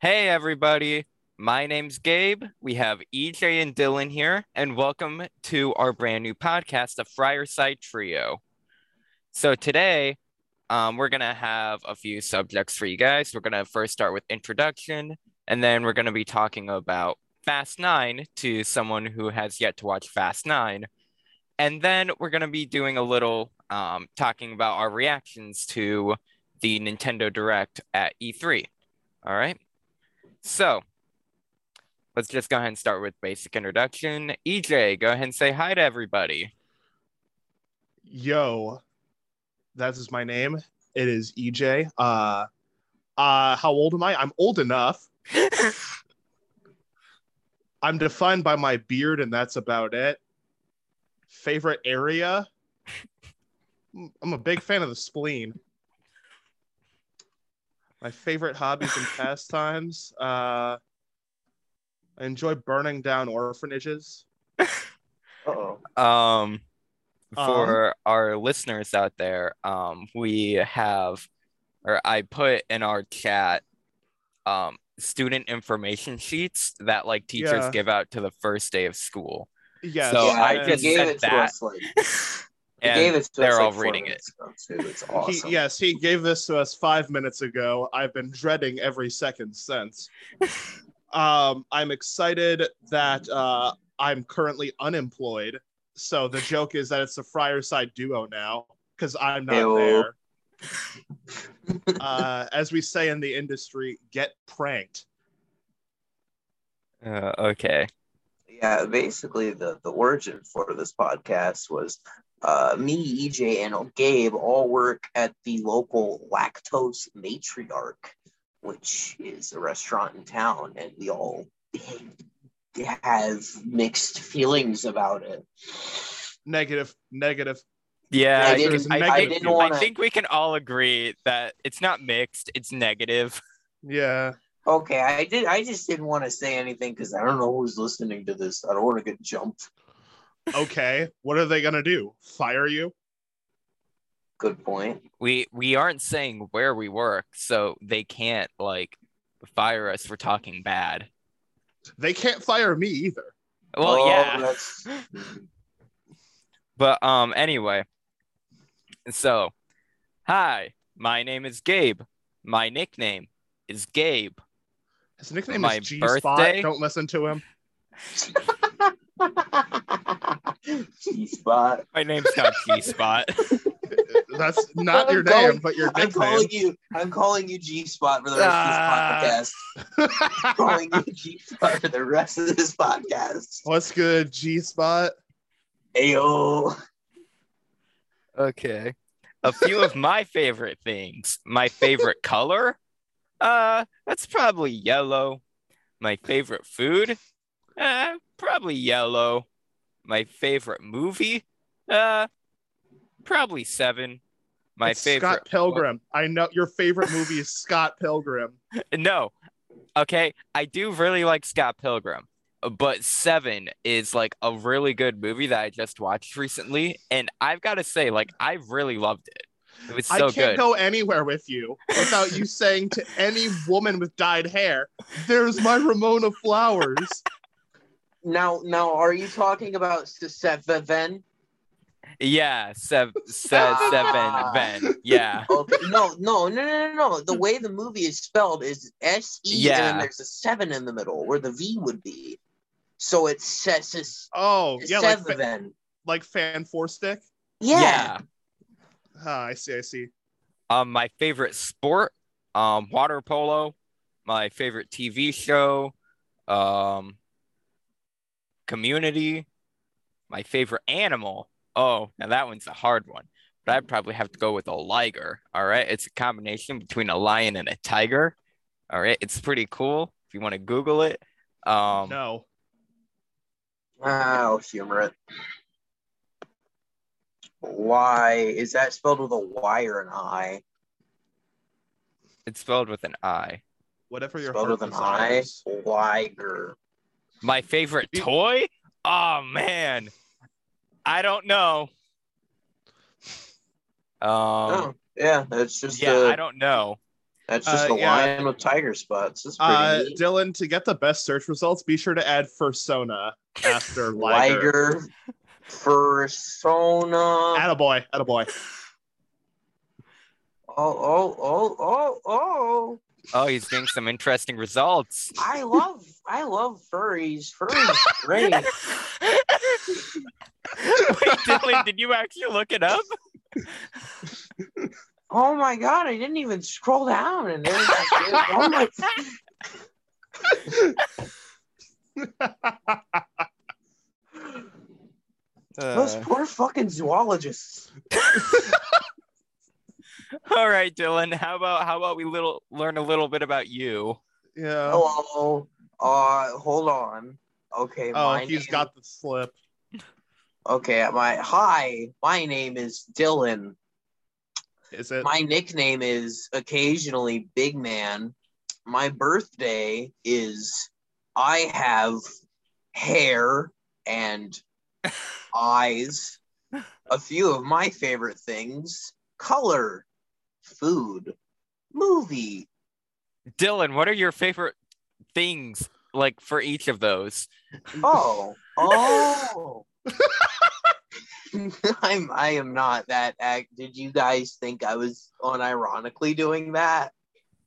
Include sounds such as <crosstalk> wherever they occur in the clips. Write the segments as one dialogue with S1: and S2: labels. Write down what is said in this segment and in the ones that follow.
S1: Hey, everybody. My name's Gabe. We have EJ and Dylan here, and welcome to our brand new podcast, the Friarside Trio. So, today, um, we're going to have a few subjects for you guys. We're going to first start with introduction, and then we're going to be talking about Fast Nine to someone who has yet to watch Fast Nine. And then we're going to be doing a little um, talking about our reactions to the Nintendo Direct at E3. All right. So let's just go ahead and start with basic introduction. EJ, go ahead and say hi to everybody.
S2: Yo, that is my name. It is EJ. Uh, uh, how old am I? I'm old enough. I'm defined by my beard, and that's about it. Favorite area? I'm a big fan of the spleen. My favorite hobbies and pastimes. Uh, I enjoy burning down orphanages.
S3: Uh-oh.
S1: Um, for our listeners out there, um, we have, or I put in our chat, um, student information sheets that like teachers
S2: Yeah.
S1: give out to the first day of school.
S2: Yes.
S1: So
S3: Yeah,
S1: I
S3: he
S2: and
S1: just
S3: gave
S1: said
S3: it to
S1: that,
S3: us like he gave
S1: And
S3: it to
S1: they're
S3: us
S1: all
S3: like four
S1: reading
S3: minutes ago, too. It's awesome.
S2: He, yes, he gave this to us five minutes ago. I've been dreading every second since. um, I'm excited that uh, I'm currently unemployed. So the joke is that it's the Friarside duo now because I'm not
S3: Ew.
S2: there. uh, as we say in the industry, get pranked.
S1: uh, okay.
S3: Yeah, basically the the origin for this podcast was uh, me, EJ, and Gabe all work at the local lactose matriarch, which is a restaurant in town, and we all have mixed feelings about it.
S2: Negative, negative.
S1: Yeah,
S3: I
S1: I,
S2: didn't-
S1: think- I
S2: I
S1: think-
S2: didn't
S1: I
S3: wanna-
S1: think we can all agree that it's not mixed, it's negative.
S2: Yeah.
S3: Okay, I did. I just didn't want to say anything because I don't know who's listening to this. I don't want to get jumped.
S2: Okay. What are they gonna do? Fire you?
S3: Good point.
S1: we we aren't saying where we work, so they can't like fire us for talking bad.
S2: They can't fire me either.
S1: Well,
S3: Oh,
S1: yeah, <laughs>
S3: that's-
S1: but um, anyway. So, hi, my name is Gabe. My nickname is Gabe.
S2: His nickname
S1: My
S2: is G Spot.
S1: birthday?
S2: Don't listen to him.
S3: Jeez, bot.
S1: My name's not G <laughs> Spot.
S2: That's
S3: <laughs>
S2: not your
S3: I'm calling-
S2: name, but your
S3: I'm
S2: nickname.
S3: calling you. I'm calling you G Spot for the rest
S1: Ah.
S3: of this podcast. I'm calling you G Spot for the rest of this podcast.
S2: <laughs> What's good, G Spot?
S3: Ayo.
S1: Okay. A few of my favorite things. My favorite color? Uh, that's probably yellow. My favorite food? Uh, probably yellow. My favorite movie? Uh, probably seven. My
S2: It's
S1: favorite
S2: Scott Pilgrim. I know your favorite movie is Scott Pilgrim.
S1: <laughs> No. Okay, I do really like Scott Pilgrim, but Seven is like a really good movie that I just watched recently, and I've got to say, like, I really loved it. It was
S2: I
S1: so
S2: can't
S1: good.
S2: go anywhere with you without you saying to any woman with dyed hair, "There's my Ramona Flowers."
S3: Now, now, are you talking about Seven?
S1: Yeah, sev- se- seven,
S3: Ah.
S1: Ben. Yeah,
S3: Okay. No, no, no, no, no, no. The way the movie is spelled is S E, and
S1: Yeah.
S3: then there's a seven in the middle where the V would be. So it's says it's
S2: Oh, yeah, like,
S3: seven.
S2: fa- like fan four stick.
S3: yeah.
S2: Ah, I see, I see.
S1: Um, my favorite sport, um, water polo. My favorite TV show, um, Community. My favorite animal. Oh, now that one's a hard one, but I'd probably have to go with a liger. All right, it's a combination between a lion and a tiger. All right, it's pretty cool if you want to Google it. Um,
S2: no,
S3: Ah, I'll humor it. Why is that spelled with a Y or an I?
S1: it's spelled with an I.
S2: whatever your
S3: Spelled
S2: heart
S3: with an I.
S2: desires.
S3: Liger.
S1: My favorite
S2: You-
S1: toy? Oh man. I don't know. Um
S3: oh, yeah, that's just.
S1: yeah,
S3: uh,
S1: I don't know.
S3: That's just
S2: Uh,
S3: a
S2: yeah.
S3: line with tiger spots. That's pretty
S2: Uh,
S3: neat.
S2: Dylan, to get the best search results, be sure to add
S3: <laughs>
S2: fursona after liger.
S3: Liger, persona.
S2: Attaboy, attaboy.
S3: Oh, oh, oh, oh, oh.
S1: Oh, he's getting some interesting results. <laughs>
S3: I love, I love furries. Furries,
S2: <laughs>
S3: are great.
S1: Wait, Dylan, did you actually look it up?
S3: Oh my god, I didn't even scroll down, and there's like, oh my.
S2: <laughs>
S3: Those
S1: Uh,
S3: poor fucking zoologists.
S1: <laughs> all right, Dylan. How about how about we little learn a little bit about you?
S2: yeah.
S3: Oh, Hello. Uh, hold on. Okay.
S2: Oh,
S3: my
S2: he's
S3: name-
S2: got the slip.
S3: Okay, my hi. My name is Dylan.
S2: Is it?
S3: My nickname is occasionally Big Man. My birthday is I have hair
S2: <laughs>
S3: and eyes. A few of my favorite things color, food, movie.
S1: Dylan, what are your favorite things like for each of those?
S3: Oh,
S2: <laughs>
S3: oh. I'm I am not that act. Did you guys think I was unironically doing that?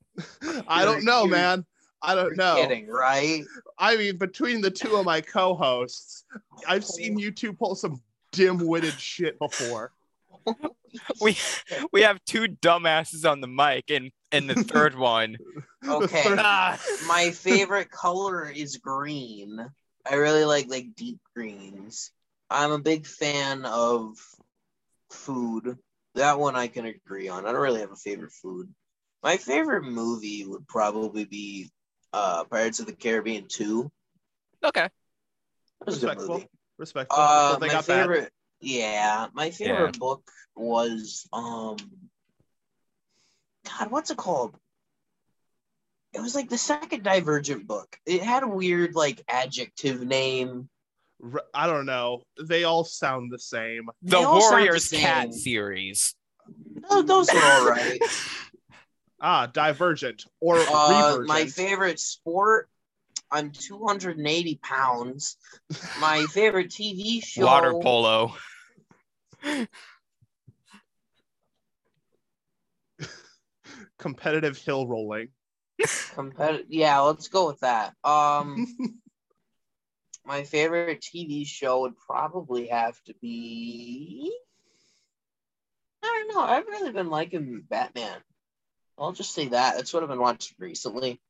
S2: <laughs> I don't know, man. I don't know.
S3: Kidding, right?
S2: I mean, between the two of my co-hosts,
S3: Oh.
S2: I've seen you <laughs> two pull some dim-witted shit before.
S1: We we have two dumbasses on the mic, and and the
S3: <laughs>
S1: third one.
S3: Okay.
S2: The third-
S1: Ah,
S3: my favorite color is green. I really like like deep greens. I'm a big fan of food. That one I can agree on. I don't really have a favorite food. My favorite movie would probably be uh, Pirates of the Caribbean 2.
S1: okay.
S3: That was a good
S2: Respectful.
S3: movie.
S2: Respectful.
S3: Uh,
S2: Well, they
S3: my
S2: got bad.
S3: favorite, yeah, my favorite book was um, God, what's it called? It was like the second Divergent book. It had a weird like adjective name.
S2: Re- I don't know. They all sound the same.
S1: The
S3: all sound the
S1: Warriors Cat
S3: same.
S1: series.
S3: Tho- those are all right. <laughs>
S2: Ah, Divergent or
S3: Uh,
S2: Revergent.
S3: my favorite sport. I'm 280 pounds. My favorite TV show.
S1: Water polo.
S2: Competitive hill rolling.
S3: Competi- yeah, let's go with that. Um. my favorite TV show would probably have to be. I don't know. I've really been liking Batman. I'll just say that. That's what I've been watching recently.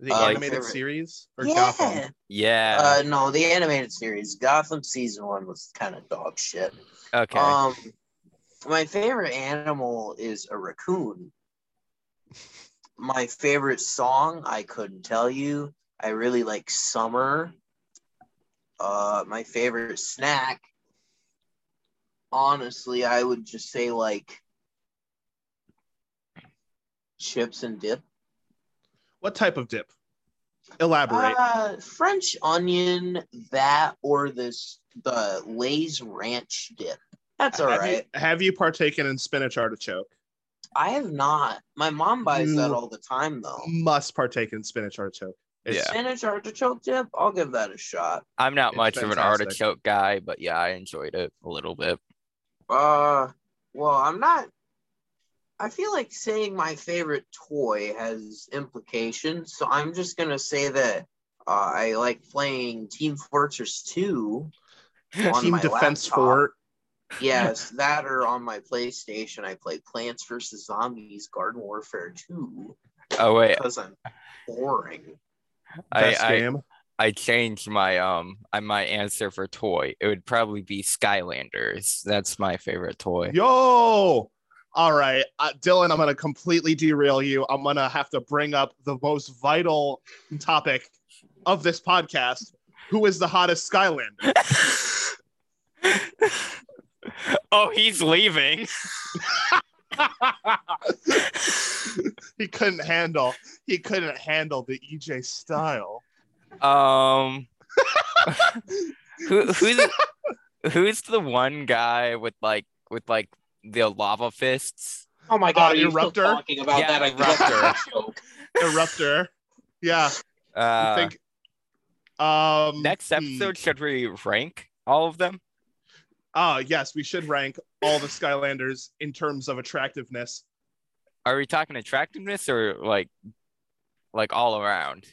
S2: the
S3: uh, my
S2: animated
S3: favorite-
S2: series or
S3: yeah.
S2: Gotham.
S1: Yeah.
S3: Uh, no, the animated series. Gotham season one was kind of dog shit.
S1: okay.
S3: Um, my favorite animal is a raccoon. My favorite song, I couldn't tell you. I really like summer. Uh, my favorite snack, honestly, I would just say like chips and dip.
S2: What type of dip? Elaborate.
S3: Uh, French onion, that or this the Lay's ranch dip. That's all
S2: have,
S3: right.
S2: you, have you partaken in spinach artichoke?
S3: I have not. My mom buys that
S2: You-
S3: all the time though.
S2: Must partake in spinach artichoke. It's-
S1: Yeah.
S3: Spinach artichoke dip, I'll give that a shot.
S1: I'm not
S2: it's
S1: much of an
S2: fantastic.
S1: artichoke guy, but yeah, I enjoyed it a little bit.
S3: Uh well, I'm not I feel like saying my favorite toy has implications, so I'm just gonna say that uh, I like playing Team
S2: <laughs>
S3: Fortress 2. on
S2: Team
S3: my
S2: Defense
S3: laptop.
S2: Fort.
S3: Yes,
S2: <laughs>
S3: that or on my PlayStation, I play Plants vs. Zombies Garden Warfare 2
S1: Oh wait,
S3: because I'm boring.
S1: I,
S2: Best
S1: I
S2: game.
S1: I changed my um I my answer for toy. It would probably be Skylanders. That's my favorite toy.
S2: Yo. All right, uh, Dylan, I'm going to completely derail you. I'm going to have to bring up the most vital topic of this podcast. Who is the hottest Skylander?
S1: oh, he's leaving.
S2: he couldn't handle. He couldn't handle the EJ style. <laughs>
S1: Um who, who's who's the one guy with like with like the lava fists?
S3: Oh my
S2: Uh,
S3: god, are you still
S2: Eruptor?
S3: talking about
S1: Yeah,
S3: that? I love that
S2: <laughs>
S3: joke.
S2: Eruptor. Yeah, I
S1: Uh,
S2: think. Um,
S1: next
S2: hmm.
S1: episode, should we rank all of them?
S2: Ah, yes, we should rank all the Skylanders in terms of attractiveness.
S1: Are we talking attractiveness or like, like all around?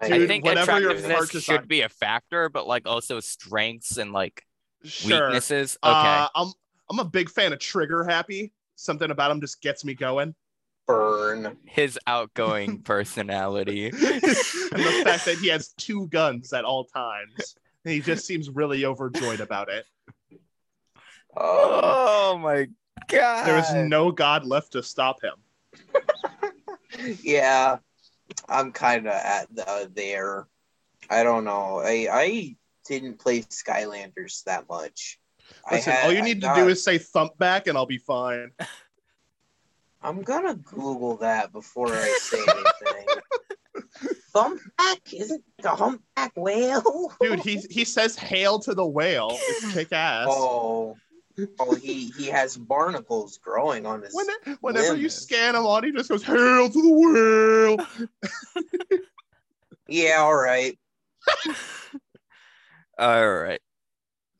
S1: I
S2: Dude,
S1: think
S2: whatever your
S1: attractiveness
S2: heart is
S1: should
S2: on.
S1: be a factor, but like also strengths and like
S2: Sure.
S1: weaknesses. Okay.
S2: Uh, I'm I'm a big fan of Trigger Happy. Something about him just gets me going. <laughs>
S3: burn.
S1: His outgoing personality.
S2: and the fact that he has two guns at all times. And he just seems really overjoyed about it.
S3: Uh,
S1: Oh my god.
S2: There is no god left to stop him.
S3: yeah, I'm kind of at the, there. I don't know. I I didn't play Skylanders that much. I
S2: Listen,
S3: had-
S2: all you
S3: I
S2: need to
S3: got-
S2: do is say thump back and I'll be fine.
S3: I'm gonna Google that before I say anything.
S2: <laughs>
S3: Thumpback isn't the humpback whale,
S2: Dude, he he says hail to the whale. It's kick ass.
S3: Oh, oh, he he has barnacles growing on his.
S2: When, whenever you
S3: Lemon.
S2: scan him on, he just goes hail to the whale.
S3: Yeah, all right.
S1: All right.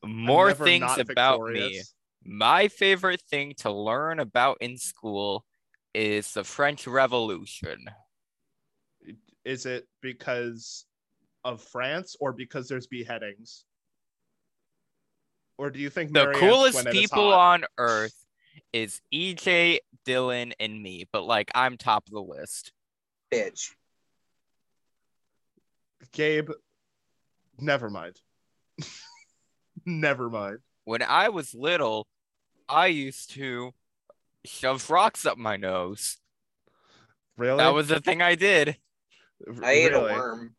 S1: More
S2: Never
S1: things
S2: not
S1: about me.
S2: victorious.
S1: My favorite thing to learn about in school is the French Revolution.
S2: Is it because of France or because there's beheadings? Or do you think
S1: The
S2: Marie
S1: coolest
S2: Antoinette is
S1: people
S2: hot?
S1: on earth is EJ, Dylan, and me, but like I'm top of the list.
S3: Bitch.
S2: Gabe, never mind. <laughs> never mind.
S1: When I was little, I used to shove rocks up my nose.
S2: Really?
S1: That was the thing I did.
S2: R-
S3: I ate
S2: really?
S3: a worm.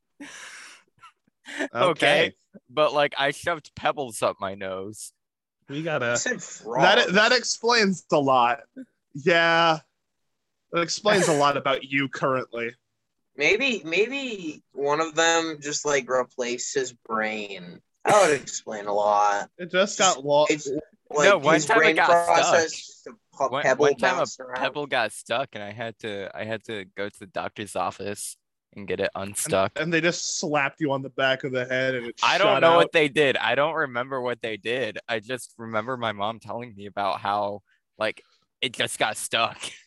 S1: Okay. But like I shoved pebbles up my nose.
S2: We
S3: I
S2: gotta
S3: said frog.
S2: that that explains a lot. Yeah. That explains a lot about you currently.
S3: maybe maybe one of them just like replaced his brain. That would explain a lot.
S2: It just got lost.
S3: It's like
S1: No, one
S3: his
S1: time it
S3: brain
S1: got
S3: process just a pe-
S1: One-
S3: pebble
S1: one time a
S3: bounced around.
S1: Pebble got stuck and I had to I had to go to the doctor's office and get it unstuck.
S2: And they just slapped you on the back of the head and it
S1: I don't
S2: shot
S1: know
S2: out.
S1: what they did. I don't remember what they did. I just remember my mom telling me about how like it just got stuck. <laughs>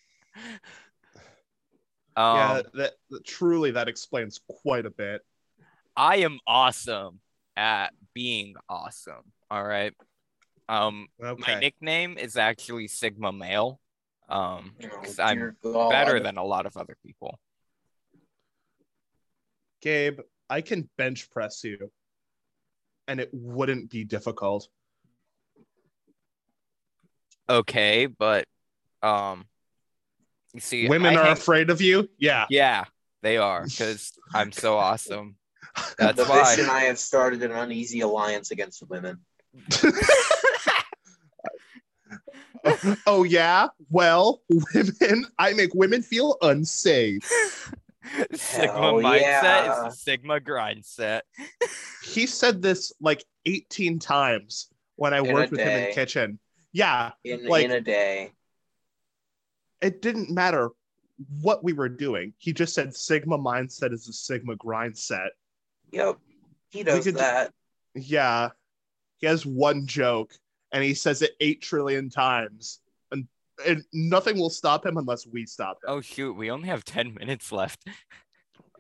S1: um,
S2: yeah, that, that- truly that explains quite a bit.
S1: I am awesome at being awesome. All right. Um, my
S2: Okay.
S1: nickname is actually Sigma Male. Um,
S3: You know,
S1: 'cause I'm
S3: Oh, dear
S2: Oh,
S3: God.
S1: better than a lot of other people.
S2: Gabe, I can bench press you and it wouldn't be difficult.
S1: Okay, but um, you see,
S2: Women
S1: I
S2: are
S1: hang-
S2: afraid of you? Yeah.
S1: yeah, they are because I'm
S2: <laughs>
S1: so awesome.
S3: the
S1: That's
S3: fish
S1: why.
S3: and I have started an uneasy alliance against women.
S2: oh, <laughs> oh, yeah. Well, women, <laughs> I make women feel unsafe.
S1: <laughs> Sigma
S3: Hell
S1: mindset
S3: yeah.
S1: is the Sigma grind set.
S2: He said this like 18 times when I
S3: In a
S2: worked with him
S3: day.
S2: in kitchen. Yeah,
S3: In
S2: Like-
S3: in a day.
S2: it didn't matter what we were doing. He just said Sigma mindset is a Sigma grind set.
S3: Yep. He does
S2: could-
S3: that.
S2: Yeah. He has one joke and he says it 8 trillion times. And, and nothing will stop him unless we stop him.
S1: Oh shoot, we only have ten minutes left.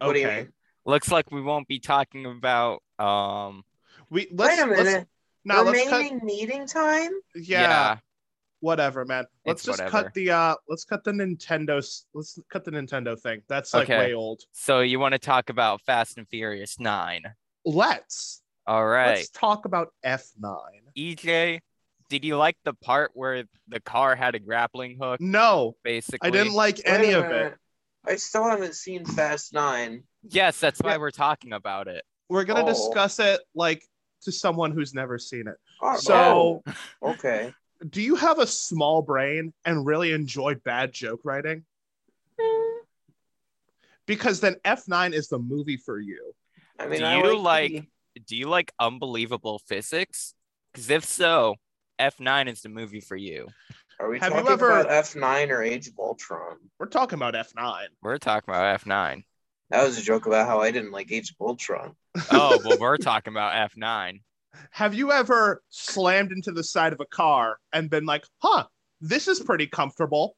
S3: What do you mean?
S1: Looks like we won't be talking about um.
S2: We let's,
S3: Wait a
S2: let's
S3: minute.
S2: now let's cut
S3: Remaining meeting time?
S2: yeah, whatever man let's
S1: It's
S2: just
S1: whatever.
S2: cut the uh let's cut the nintendo s- let's cut the nintendo thing that's like
S1: Okay.
S2: way old
S1: So you want to talk about Fast and Furious Nine?
S2: let's
S1: All right.
S2: let's talk about f9
S1: EJ, did you like the part where the car had a grappling hook?
S2: no
S1: Basically,
S2: i didn't like
S3: Wait a
S2: any of
S3: minute.
S2: it
S3: I still haven't seen Fast Nine.
S1: Yes, that's why
S2: Yeah.
S1: we're talking about it.
S2: we're gonna
S3: Oh.
S2: discuss it like to someone who's never seen it
S3: Oh,
S2: so
S3: oh,
S2: <laughs>
S3: okay.
S2: do you have a small brain and really enjoy bad joke writing because then f9 is the movie for you
S3: I mean,
S1: Do
S3: I
S1: you like-
S3: the-
S1: Do you like unbelievable physics? Because if so, F9 is the movie for you.
S3: Are we
S2: Have you
S3: talking
S2: ever-
S3: about F9 or Age of Ultron?
S2: We're talking about F9.
S1: We're talking about F9.
S3: That was a joke about how I didn't like Age of Ultron.
S1: Oh, well, we're talking about F9.
S2: Have you ever slammed into the side of a car and been like, huh, this is pretty comfortable?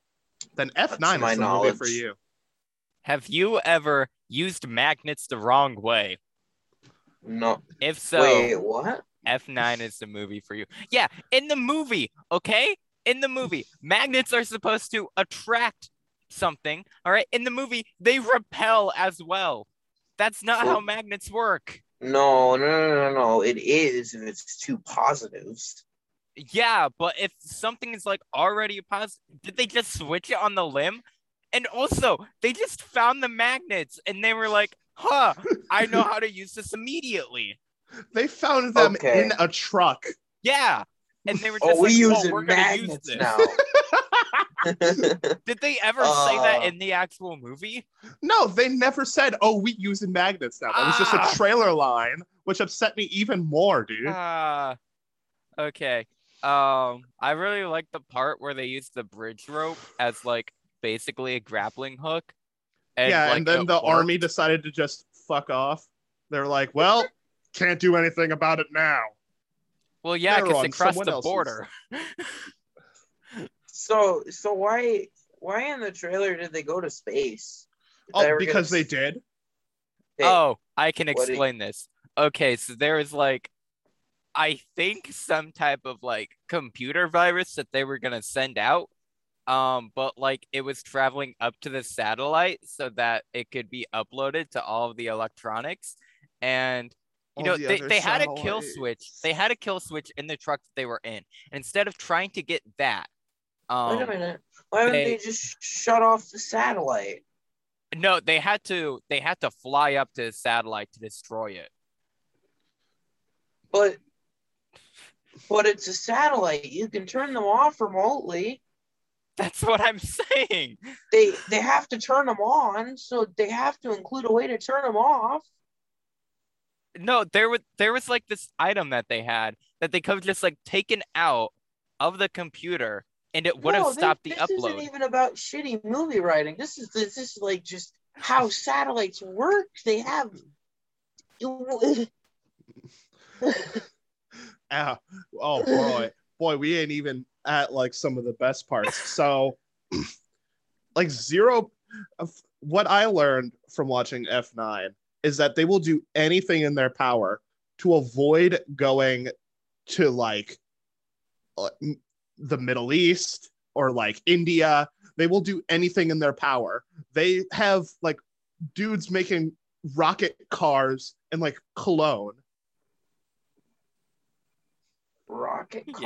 S2: Then F9
S3: That's
S2: is
S3: my
S2: the movie
S3: knowledge.
S2: for you.
S1: Have you ever used magnets the wrong way?
S3: No.
S1: If so,
S3: Wait, what?
S1: F9 is the movie for you. Yeah, in the movie, okay? In the movie, magnets are supposed to attract something, all right? In the movie, they repel as well. That's not how
S3: Well-
S1: magnets work.
S3: No, no, no, no, no. It is if it's two positives.
S1: Yeah, but if something is like already a positive, did they just switch it on the limb? And also, they just found the magnets and they were like, huh, I know how to use this immediately.
S2: They found them
S3: Okay.
S2: in a truck.
S1: Yeah. And they were just
S3: Oh, we
S1: like,
S3: use
S1: oh, we're
S3: using
S1: going to use
S3: magnets
S1: this. <laughs>
S3: now.
S1: Did they ever say that
S3: Uh,
S1: in the actual movie?
S2: No, they never said, oh, we using magnets now. That was just
S1: Ah.
S2: a trailer line, which upset me even more, dude.
S1: Ah, okay. Um, I really like the part where they use the bridge rope as like basically a grappling hook.
S2: yeah,
S1: like,
S2: and then
S1: it
S2: the
S1: worked.
S2: army decided to just fuck off. They're like, well, can't do anything about it now.
S1: Well, yeah,
S2: they're
S1: because
S2: on
S1: they crossed
S2: someone
S1: the
S2: else's.
S1: border.
S3: so, so why, why in the trailer did they go to space? If
S2: Oh,
S3: were
S2: because
S3: gonna
S2: they did.
S3: stay-
S1: Oh, I can
S3: What do you-
S1: explain this. Okay, so there is like, I think some type of like computer virus that they were gonna send out, um, but like it was traveling up to the satellite so that it could be uploaded to all of the electronics, and you
S2: All
S1: know
S2: the
S1: they,
S2: other
S1: they had a kill
S2: satellites.
S1: switch. They had a kill switch in the truck that they were in. And instead of trying to get that,
S3: Wait a
S1: um,
S3: minute. Why would not
S1: they-
S3: they just shut off the satellite?
S1: no, they had to they had to fly up to the satellite to destroy it. <laughs>
S3: But but it's a satellite. You can turn them off remotely.
S1: That's what I'm saying.
S3: They they have to turn them on, so they have to include a way to turn them off.
S1: no there was there was like this item that they had that they could have just like taken out of the computer and it would
S3: No,
S1: have
S3: thi-
S1: stopped the
S3: this
S1: upload
S3: isn't even about shitty movie writing. This is this is like just how satellites work. They have. <laughs>
S2: Ah, oh boy, boy, we ain't even at like some of the best parts. So, like zero. Of what I learned from watching F nine is that they will do anything in their power to avoid going to like uh, m- the Middle East or like India. They will do anything in their power. They have like dudes making rocket cars and like cologne.
S3: Rocket cars.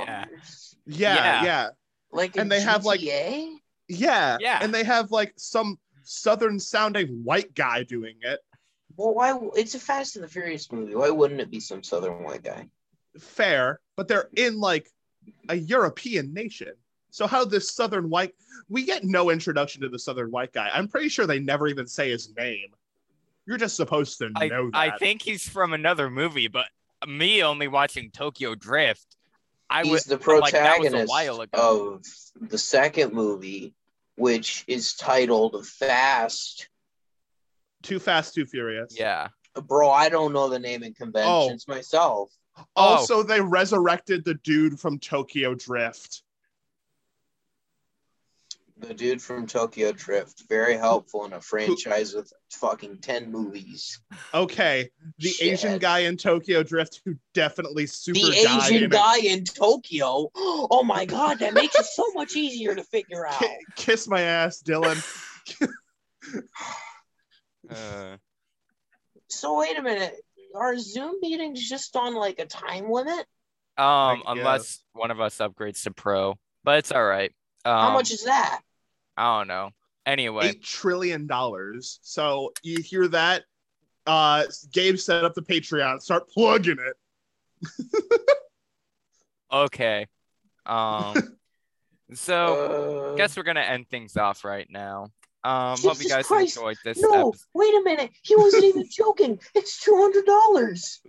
S1: Yeah. Yeah.
S2: yeah. yeah.
S3: Like
S2: And they have, like-
S3: GTA?
S2: Yeah.
S1: Yeah.
S2: And they have like some southern sounding white guy doing it.
S3: Well, why? It's a Fast and the Furious movie. Why wouldn't it be some southern white guy?
S2: Fair, but they're in like a European nation. So how this southern white we get no introduction to the southern white guy. I'm pretty sure they never even say his name. You're just supposed to
S1: I,
S2: know that.
S1: I think he's from another movie but me only watching tokyo drift i
S3: he's
S1: was
S3: the
S1: like, that was a
S3: protagonist
S1: while ago.
S3: of the second movie, which is titled Fast.
S2: too fast, too furious. <laughs>
S1: yeah
S3: Bro, I don't know the name and conventions
S2: Oh.
S3: myself.
S1: Oh.
S2: Also, they resurrected the dude from Tokyo Drift.
S3: The dude from Tokyo Drift, very helpful in a franchise with fucking 10 movies.
S2: Okay, the
S3: Shit.
S2: Asian guy in Tokyo Drift who definitely super
S3: The
S2: died
S3: Asian
S2: in a-
S3: guy in Tokyo. <gasps> Oh my god, that makes it so much easier to
S2: <laughs>
S3: figure out.
S2: Ki- kiss my ass, Dylan.
S1: Uh,
S3: So wait a minute. Are Zoom meetings just on like a time limit?
S1: um
S2: I
S1: unless one of us upgrades to pro but it's all right um,
S3: How much is that?
S1: i don't know anyway
S2: eight trillion dollars. So you hear that? Uh, Gabe set up the Patreon. Start plugging it.
S1: okay
S3: <laughs>
S1: um so
S3: Uh,
S1: guess we're gonna end things off right now. Um, hope you
S3: Jesus
S1: guys
S3: Christ,
S1: enjoyed this.
S3: No,
S1: episode.
S3: wait a minute. He
S2: <laughs>
S3: wasn't even joking. It's two hundred dollars.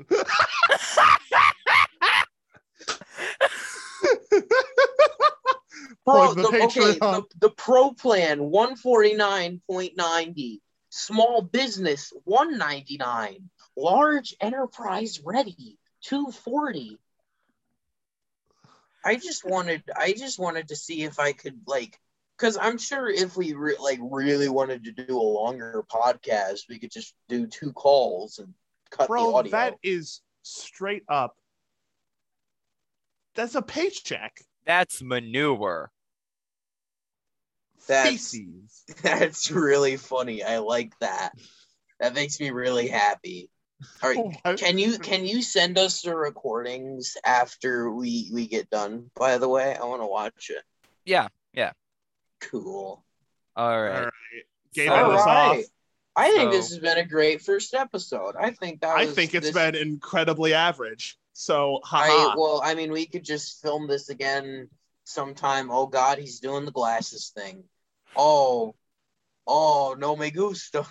S2: Plug
S3: Pro,
S2: the
S3: the, okay, the,
S2: Patreon.
S3: the pro plan 149.90, small business 199, large enterprise ready 240. I just wanted I just wanted to see if I could like cuz I'm sure if we re- like really wanted to do a longer podcast, we could just do two calls and cut the
S2: Bro,
S3: audio.
S2: that is straight up. That's a paycheck.
S1: That's manure.
S3: That's-
S2: Feces.
S3: <laughs> That's really funny. I like that. That makes me really happy. All right.
S2: <laughs> What?
S3: Can you can you send us the recordings after we we get done? By the way, I want to watch it.
S1: Yeah, yeah.
S3: Cool.
S1: All
S2: All
S1: right.
S2: right. Gabe
S1: All
S2: had us off.
S3: right. I think
S1: So-
S3: this has been a great first episode. I think that
S2: I
S3: was,
S2: think it's
S3: this-
S2: been incredibly average. So,
S3: I
S2: haha.
S3: well, I mean, we could just film this again sometime. Oh God, he's doing the glasses thing. Oh, oh no, me gusta.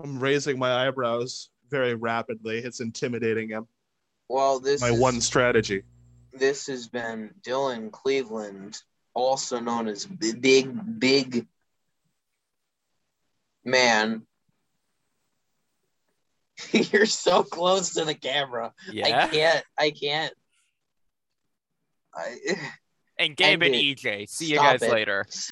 S2: I'm raising my eyebrows very rapidly. It's intimidating him.
S3: Well, this
S2: My
S3: is-
S2: one strategy.
S3: this has been Dylan Cleveland, also known as B- Big Big Man. <laughs> You're so close to the camera. I
S1: Yeah.
S3: can't. I can't. I.
S1: And Gabe and
S3: End <laughs>
S1: EJ. See you
S3: Stop
S1: guys
S3: it.
S1: later.